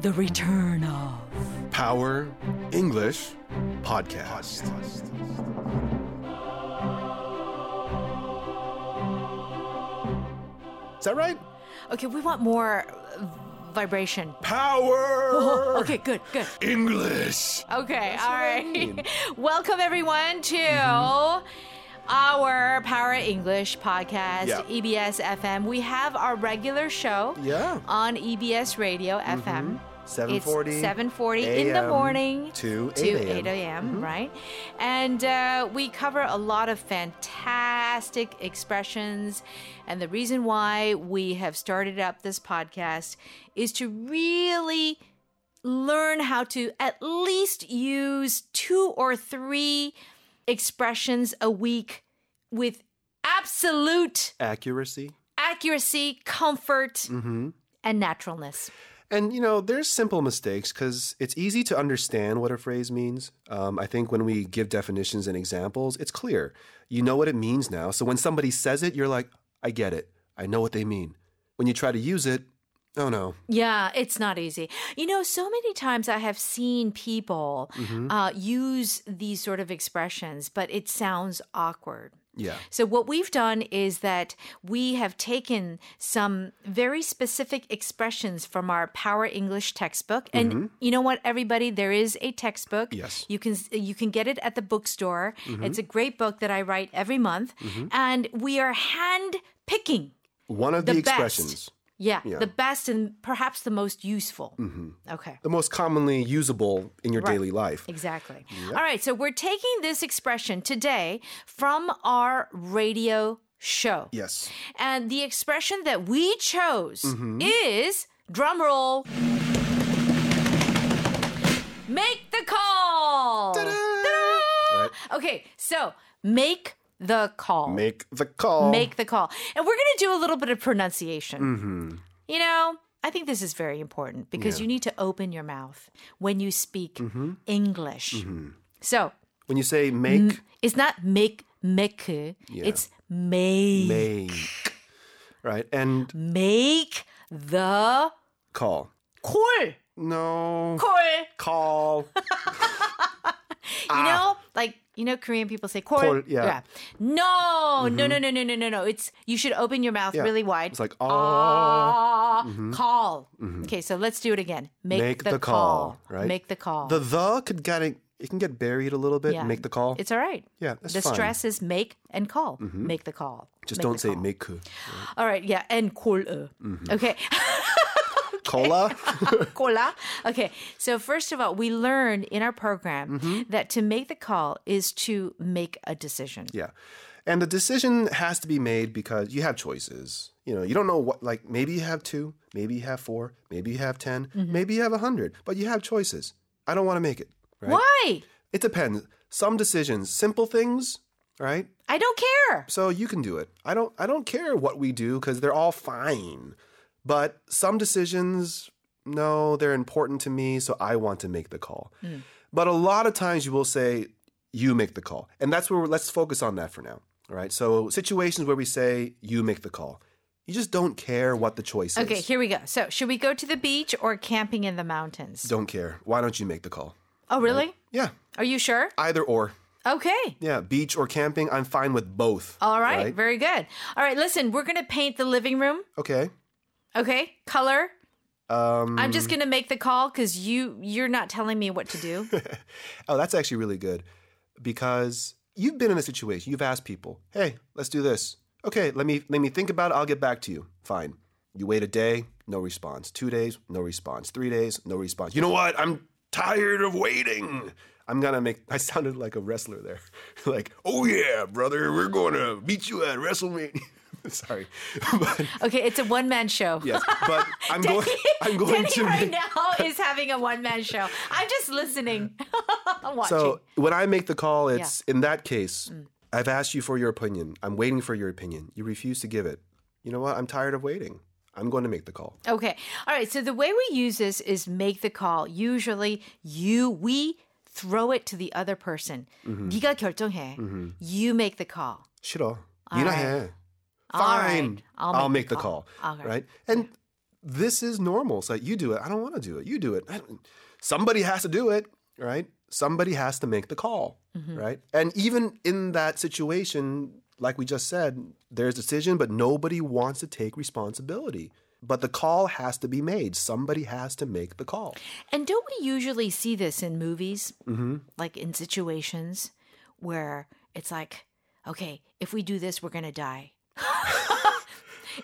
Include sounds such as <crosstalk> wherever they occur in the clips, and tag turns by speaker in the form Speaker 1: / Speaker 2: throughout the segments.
Speaker 1: The Return of.
Speaker 2: Power English Podcast. Is that right?
Speaker 1: Okay, we want more uh, vibration.
Speaker 2: Power
Speaker 1: Oh, <laughs> okay, good, good. <laughs>
Speaker 2: English.
Speaker 1: Okay, all right. <laughs> Welcome everyone to Mm-hmm. our Power English podcast, E
Speaker 2: Yeah.
Speaker 1: EBS FM. We have our regular show
Speaker 2: Yeah. Hmm. Mm-hmm.
Speaker 1: on EBS Radio FM. Um, It's
Speaker 2: 7:40
Speaker 1: 7:40 in the
Speaker 2: AM
Speaker 1: morning
Speaker 2: to 8
Speaker 1: to 8 a.m.
Speaker 2: Mm-hmm.
Speaker 1: Right, and uh, we cover a lot of fantastic expressions, and the reason why we have started up this podcast is to really learn how to at least use two or three expressions a week with absolute
Speaker 2: Accuracy.
Speaker 1: accuracy, comfort, and naturalness.
Speaker 2: And you know, there's simple mistakes because it's easy to understand what a phrase means. Um, I think when we give definitions and examples, it's clear. You know what it means now. So when somebody says it, you're like, I get it. I know what they mean. When you try to use it, oh no.
Speaker 1: Yeah, it's not easy. You know, so many times I have seen people uh, use these sort of expressions, but it sounds awkward.
Speaker 2: Yeah.
Speaker 1: So, what we've done is that we have taken some very specific expressions from our Power English textbook. And you know what, everybody, there is a textbook.
Speaker 2: Yes.
Speaker 1: You can you can get it at the bookstore. It's a great book that I write every month. And we are hand picking
Speaker 2: One of the,
Speaker 1: the best.
Speaker 2: expressions,
Speaker 1: Yeah, the best and perhaps the most useful. Okay.
Speaker 2: the most commonly usable in your daily life.
Speaker 1: Exactly. All right, so we're taking this expression today from our radio show.
Speaker 2: Yes.
Speaker 1: And the expression that we chose is drum roll. Make the call.
Speaker 2: Right.
Speaker 1: Okay, so make the call.
Speaker 2: Make the call.
Speaker 1: Make the call. And we're going to do a little bit of pronunciation. You know, I think this is very important because you need to open your mouth when you speak English. So
Speaker 2: when you say make,
Speaker 1: it's not make, make, it's make, make,
Speaker 2: make. Right. And
Speaker 1: the
Speaker 2: call.
Speaker 1: call.
Speaker 2: No.
Speaker 1: Call.
Speaker 2: <laughs> Call.
Speaker 1: You know, like, you know, Korean people say call.
Speaker 2: Call, yeah.
Speaker 1: No, no, no, no, no, no, no, no. It's, you should open your mouth really wide.
Speaker 2: It's like, oh.
Speaker 1: Ah, call. Okay, so let's do it again. Make,
Speaker 2: Mm-hmm. Make
Speaker 1: the,
Speaker 2: the
Speaker 1: call.
Speaker 2: call, right?
Speaker 1: Make the call.
Speaker 2: The the could get it. It can get buried a little bit.
Speaker 1: Yeah.
Speaker 2: Make the call.
Speaker 1: It's all right.
Speaker 2: yeah, that's
Speaker 1: the
Speaker 2: fine. Mm-hmm.
Speaker 1: stress is make and call. Make the call.
Speaker 2: Just
Speaker 1: Make
Speaker 2: don't
Speaker 1: the
Speaker 2: say Mm-hmm.
Speaker 1: call.
Speaker 2: make
Speaker 1: <laughs>
Speaker 2: ku.
Speaker 1: All right, yeah, and call. Uh.
Speaker 2: <laughs>
Speaker 1: Okay, <laughs>
Speaker 2: cola.
Speaker 1: cola. Okay, so first of all, we learned in our program
Speaker 2: Mm-hmm.
Speaker 1: that to make the call is to make a decision.
Speaker 2: yeah, and the decision has to be made because you have choices. You know, you don't know what. Like maybe you have two, maybe you have four, maybe you have 10
Speaker 1: Mm-hmm.
Speaker 2: maybe you have a hundred. But you have choices. I don't want to make it. Right?
Speaker 1: Why?
Speaker 2: It depends. Some decisions, simple things, right?
Speaker 1: I don't care.
Speaker 2: So you can do it. I don't. I don't care what we do because they're all fine. But some decisions, no, they're important to me, so I want to make the call. But a lot of times you will say, "You make the call," and that's where we're, let's focus on that for now. All right. So situations where we say, "You make the call," you just don't care what the choice
Speaker 1: Okay,
Speaker 2: is.
Speaker 1: here we go. So, should we go to the beach or camping in the mountains?
Speaker 2: Don't care. Why don't you make the call?
Speaker 1: Oh, really?
Speaker 2: Yeah,
Speaker 1: Are you sure?
Speaker 2: either or.
Speaker 1: Okay.
Speaker 2: Yeah, beach or camping, I'm fine with both.
Speaker 1: All right, very good. All right, listen, we're going to paint the living room,
Speaker 2: Okay.
Speaker 1: okay? Color.
Speaker 2: Um,
Speaker 1: I'm just going to make the call cuz you you're not telling me what to
Speaker 2: <laughs>
Speaker 1: do.
Speaker 2: Oh, that's actually really good because you've been in a situation. You've asked people, "Hey, let's do this." Okay, let me let me think about it. I'll get back to you. Fine. You wait a day, no response. 2 days, no response. 3 days, no response. You know what? I'm tired of waiting. I'm going to make I sounded like a wrestler there. <laughs> like, "Oh yeah, brother, we're going to beat you at WrestleMania." <laughs> Sorry. but
Speaker 1: okay, it's a one-man show. <laughs>
Speaker 2: yes, but I'm going I'm going
Speaker 1: Denny
Speaker 2: to
Speaker 1: right
Speaker 2: make-
Speaker 1: now is having a one-man show. I'm just listening. <laughs> I'm watching.
Speaker 2: So when I make the call, it's in that case, I've asked you for your opinion. I'm waiting for your opinion. You refuse to give it. You know what? I'm tired of waiting. I'm going to make the call.
Speaker 1: Okay. All right. So the way we use this is make the call. Usually you we throw it to the other person.
Speaker 2: Mm-hmm.
Speaker 1: 네가 결정해. You make the call.
Speaker 2: 싫어. You know,
Speaker 1: right.
Speaker 2: yeah.
Speaker 1: All right.
Speaker 2: Fine. I'll, make, the call.
Speaker 1: All right.
Speaker 2: Right? And this is normal. So you do it. I don't want to do it. You do it. I don't- Somebody has to do it, right? Somebody has to make the call,
Speaker 1: Mm-hmm.
Speaker 2: right? And even in that situation, like we just said, there's decision, but nobody wants to take responsibility. But the call has to be made. Somebody has to make the call.
Speaker 1: And don't we usually see this in movies,
Speaker 2: Mm-hmm.
Speaker 1: like in situations where it's like, okay, if we do this, we're going to die. <laughs>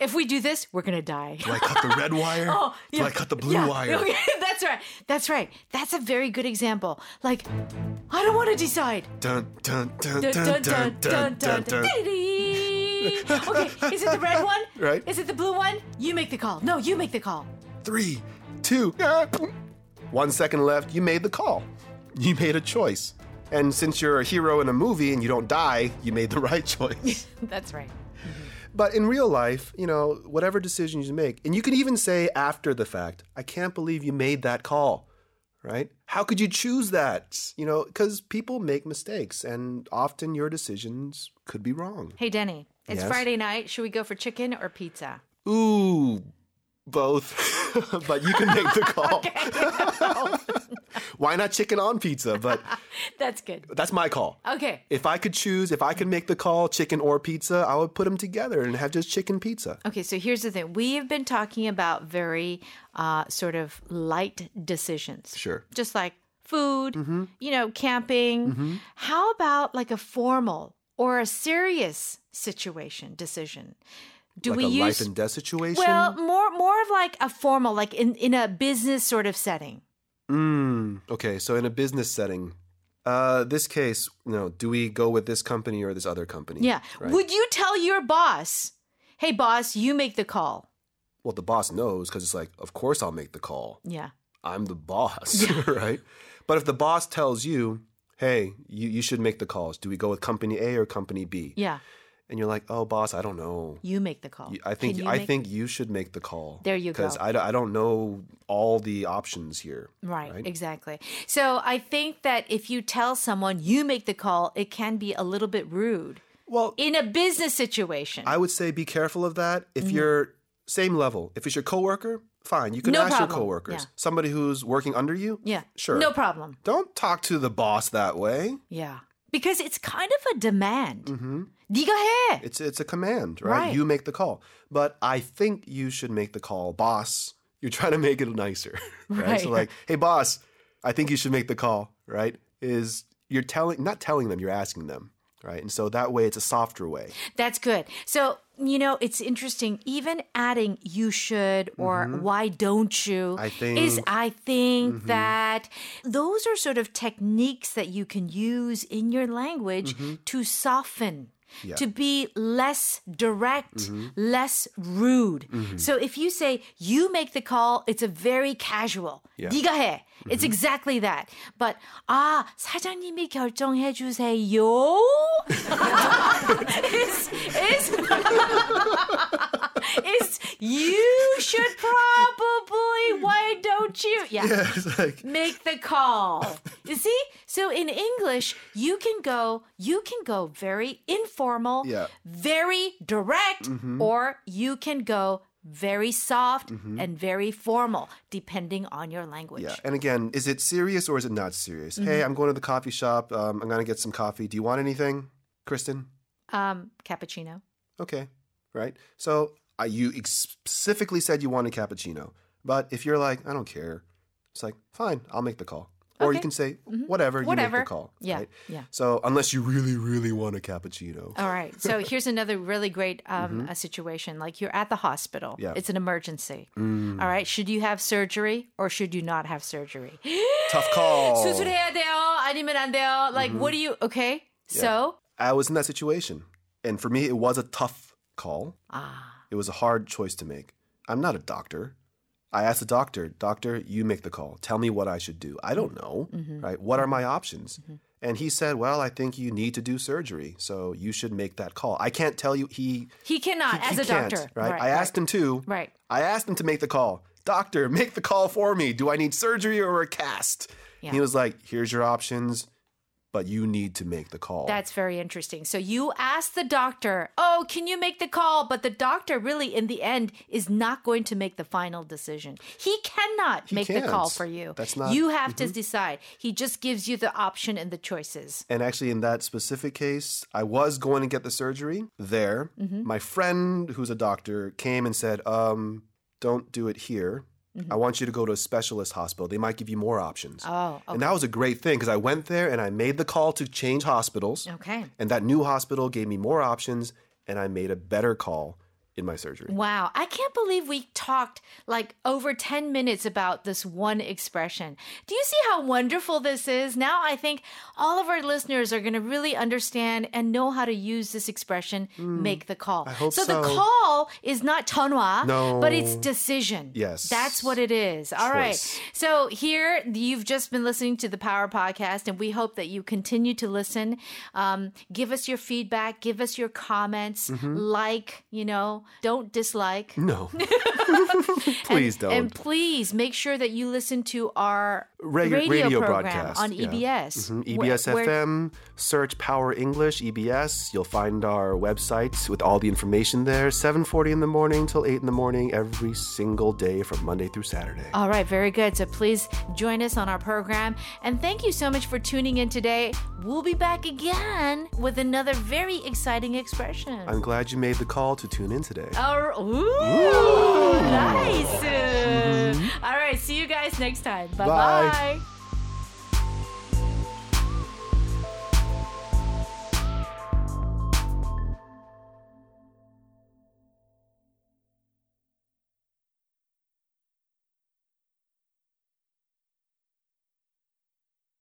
Speaker 1: if we do this, we're going to die.
Speaker 2: Do I cut the red wire?
Speaker 1: <laughs> Oh,
Speaker 2: Do
Speaker 1: yeah,
Speaker 2: I cut the blue
Speaker 1: yeah,
Speaker 2: wire?
Speaker 1: okay, <laughs> that's right. That's right. That's a very good example. Like, I don't want to decide.
Speaker 2: Dun, dun, dun,
Speaker 1: Dun, dun, dun, dun, dun,
Speaker 2: dun. <laughs>
Speaker 1: dun. Dee-dee. Okay, is it the red one?
Speaker 2: Right.
Speaker 1: Is it the blue one? You make the call. No, you make the call.
Speaker 2: Three, two, ah, one second left. You made the call. You made a choice. And since you're a hero in a movie and you don't die, you made the <laughs> right choice.
Speaker 1: That's right.
Speaker 2: but in real life, you know, whatever decisions you make, and you can even say after the fact, I can't believe you made that call, right? How could you choose that? You know, because people make mistakes and often your decisions could be wrong.
Speaker 1: Hey, Denny, it's
Speaker 2: Yes?
Speaker 1: Friday night. Should we go for chicken or pizza?
Speaker 2: Ooh, both. <laughs> but you can make
Speaker 1: <laughs>
Speaker 2: the call. <laughs> Why not chicken on pizza? But
Speaker 1: That's good.
Speaker 2: that's my call.
Speaker 1: Okay.
Speaker 2: If I could choose, if I could make the call, chicken or pizza, I would put them together and have just chicken pizza.
Speaker 1: Okay, so here's the thing. We have been talking about very uh, sort of light decisions.
Speaker 2: Sure. Mm-hmm.
Speaker 1: Just like food, you know, camping. How about like a formal or a serious situation decision? Do
Speaker 2: Like
Speaker 1: we
Speaker 2: a
Speaker 1: use
Speaker 2: life and death situation.
Speaker 1: well more more of like a formal, like in, in a business sort of setting?
Speaker 2: Mm, okay, so in a business setting, uh, this case, you know, do we go with this company or this other company?
Speaker 1: Yeah.
Speaker 2: Right?
Speaker 1: Would you tell your boss, hey boss, you make the call?
Speaker 2: well, the boss knows because it's like, of course I'll make the call.
Speaker 1: Yeah.
Speaker 2: I'm the boss, <laughs> right? But if the boss tells you, hey, you, you should make the calls. Do we go with company A or company B?
Speaker 1: Yeah.
Speaker 2: And you're like, oh, boss, I don't know.
Speaker 1: You make the call.
Speaker 2: I think
Speaker 1: Can you
Speaker 2: I
Speaker 1: make-
Speaker 2: think you should make the call.
Speaker 1: There you
Speaker 2: Because
Speaker 1: go.
Speaker 2: I, d- I don't know all the options here.
Speaker 1: Right,
Speaker 2: right?
Speaker 1: exactly. So I think that if you tell someone you make the call, it can be a little bit rude
Speaker 2: Well,
Speaker 1: in a business situation.
Speaker 2: I would say be careful of that. If
Speaker 1: Mm-hmm.
Speaker 2: you're same level, if it's your coworker, fine. You can
Speaker 1: No
Speaker 2: ask your
Speaker 1: problem.
Speaker 2: coworkers.
Speaker 1: Yeah.
Speaker 2: Somebody who's working under you,
Speaker 1: yeah,
Speaker 2: sure.
Speaker 1: no problem.
Speaker 2: don't talk to the boss that way.
Speaker 1: Yeah, because it's kind of a demand. Mm-hmm. Diga he.
Speaker 2: It's it's a command, right?
Speaker 1: Right.
Speaker 2: You make the call. But I think you should make the call, boss. You're trying to make it nicer, <laughs> right? So
Speaker 1: Right.
Speaker 2: like, hey, boss, I think you should make the call, right? Is you're telling, not telling them, you're asking them, right? And so that way, it's a softer way.
Speaker 1: That's good. So you know, it's interesting. Even adding "you should" or "why don't you"
Speaker 2: Mm-hmm. I think- Mm-hmm.
Speaker 1: is I think that those are sort of techniques that you can use in your language
Speaker 2: Mm-hmm.
Speaker 1: to soften. To be less direct,
Speaker 2: Mm-hmm.
Speaker 1: less rude. So if you say you make the call, it's a very casual. 네가 해. It's
Speaker 2: Mm-hmm.
Speaker 1: exactly that. But 아 사장님이 결정해 주세요. is <laughs> is is you should probably why don't you yeah
Speaker 2: Yeah, it's like
Speaker 1: make the call. You see? So in English, you can go you can go very informal,
Speaker 2: Yeah. Mm-hmm.
Speaker 1: very direct, or you can go very soft and very formal, depending on your language.
Speaker 2: Yeah. And again, is it serious or is it not serious? Hey, I'm going to the coffee shop. Um, I'm going to get some coffee. Do you want anything, Kristen?
Speaker 1: Um, cappuccino.
Speaker 2: Okay. Right. So uh, you ex- specifically said you wanted cappuccino, but if you're like, I don't care, it's like, fine, I'll make the call. Or you
Speaker 1: Okay. Mm-hmm.
Speaker 2: can say, whatever, you
Speaker 1: Whatever.
Speaker 2: make the call.
Speaker 1: Yeah,
Speaker 2: right?
Speaker 1: yeah.
Speaker 2: So unless you really, really want a cappuccino.
Speaker 1: All right.
Speaker 2: <laughs>
Speaker 1: So here's another really great um, a situation. Like you're at the hospital.
Speaker 2: Mm-hmm. Yeah. Mm.
Speaker 1: It's an emergency. All right. Should you have surgery or should you not have surgery? <gasps>
Speaker 2: Tough call.
Speaker 1: 수술해야 돼요? 아니면 안 돼요? Like,
Speaker 2: Mm-hmm.
Speaker 1: what do you? Okay. So
Speaker 2: I was in that situation. And for me, it was a tough call.
Speaker 1: ah,
Speaker 2: It was a hard choice to make. I'm not a doctor. I asked the doctor, Doctor, you make the call. Tell me what I should do. I don't know,
Speaker 1: Mm-hmm.
Speaker 2: right? What are my options? And he said, Well, I think you need to do surgery. So you should make that call. I can't tell you. He,
Speaker 1: he
Speaker 2: he,
Speaker 1: cannot as
Speaker 2: he
Speaker 1: a
Speaker 2: can't,
Speaker 1: doctor.
Speaker 2: Right? I asked him to.
Speaker 1: Right.
Speaker 2: I asked him to make the call. Doctor, make the call for me. Do I need surgery or a cast?
Speaker 1: Yeah.
Speaker 2: And he was like, Here's your options. but you need to make the call.
Speaker 1: That's very interesting. So you ask the doctor, oh, can you make the call? But the doctor really, in the end, is not going to make the final decision. He cannot make the
Speaker 2: can't.
Speaker 1: call for you.
Speaker 2: That's not-
Speaker 1: You
Speaker 2: Mm-hmm.
Speaker 1: have to decide. He just gives you the option and the choices.
Speaker 2: and actually, in that specific case, I was going to get the surgery there.
Speaker 1: Mm-hmm.
Speaker 2: My friend, who's a doctor, came and said, um, Don't do it here.
Speaker 1: Mm-hmm.
Speaker 2: I want you to go to a specialist hospital. They might give you more options.
Speaker 1: Oh,
Speaker 2: And that was a great thing because I went there and I made the call to change hospitals.
Speaker 1: okay.
Speaker 2: And that new hospital gave me more options and I made a better call in my surgery.
Speaker 1: Wow, I can't believe we talked like over 10 minutes about this one expression. Do you see how wonderful this is? Now I think all of our listeners are going to really understand and know how to use this expression, make the call. I
Speaker 2: Mm. hope
Speaker 1: the
Speaker 2: so.
Speaker 1: call is not tonwa,
Speaker 2: No.
Speaker 1: but it's decision.
Speaker 2: Yes.
Speaker 1: That's what it is. All right.
Speaker 2: Choice.
Speaker 1: So here you've just been listening to the Power Podcast, and we hope that you continue to listen. Um, give us your feedback. Give us your comments. Like, you know, don't dislike.
Speaker 2: Mm-hmm.
Speaker 1: <laughs>
Speaker 2: No. <laughs> Please don't.
Speaker 1: Mm-hmm. And please make sure that you listen to our
Speaker 2: Regu-
Speaker 1: radio,
Speaker 2: radio
Speaker 1: program
Speaker 2: broadcast,
Speaker 1: on
Speaker 2: yeah.
Speaker 1: EBS.
Speaker 2: Mhm,
Speaker 1: where-
Speaker 2: EBS
Speaker 1: where-
Speaker 2: FM, search Power English, EBS. You'll find our websites with all the information there. 7.40 in the morning till 8 in the morning every single day from Monday through Saturday.
Speaker 1: All right, very good. So please join us on our program. And thank you so much for tuning in today. We'll be back again with another very exciting expression.
Speaker 2: I'm glad you made the call to tune in today.
Speaker 1: Our, ooh, nice. All right, see you guys next time. Bye-bye.
Speaker 2: Bye.
Speaker 1: bye bye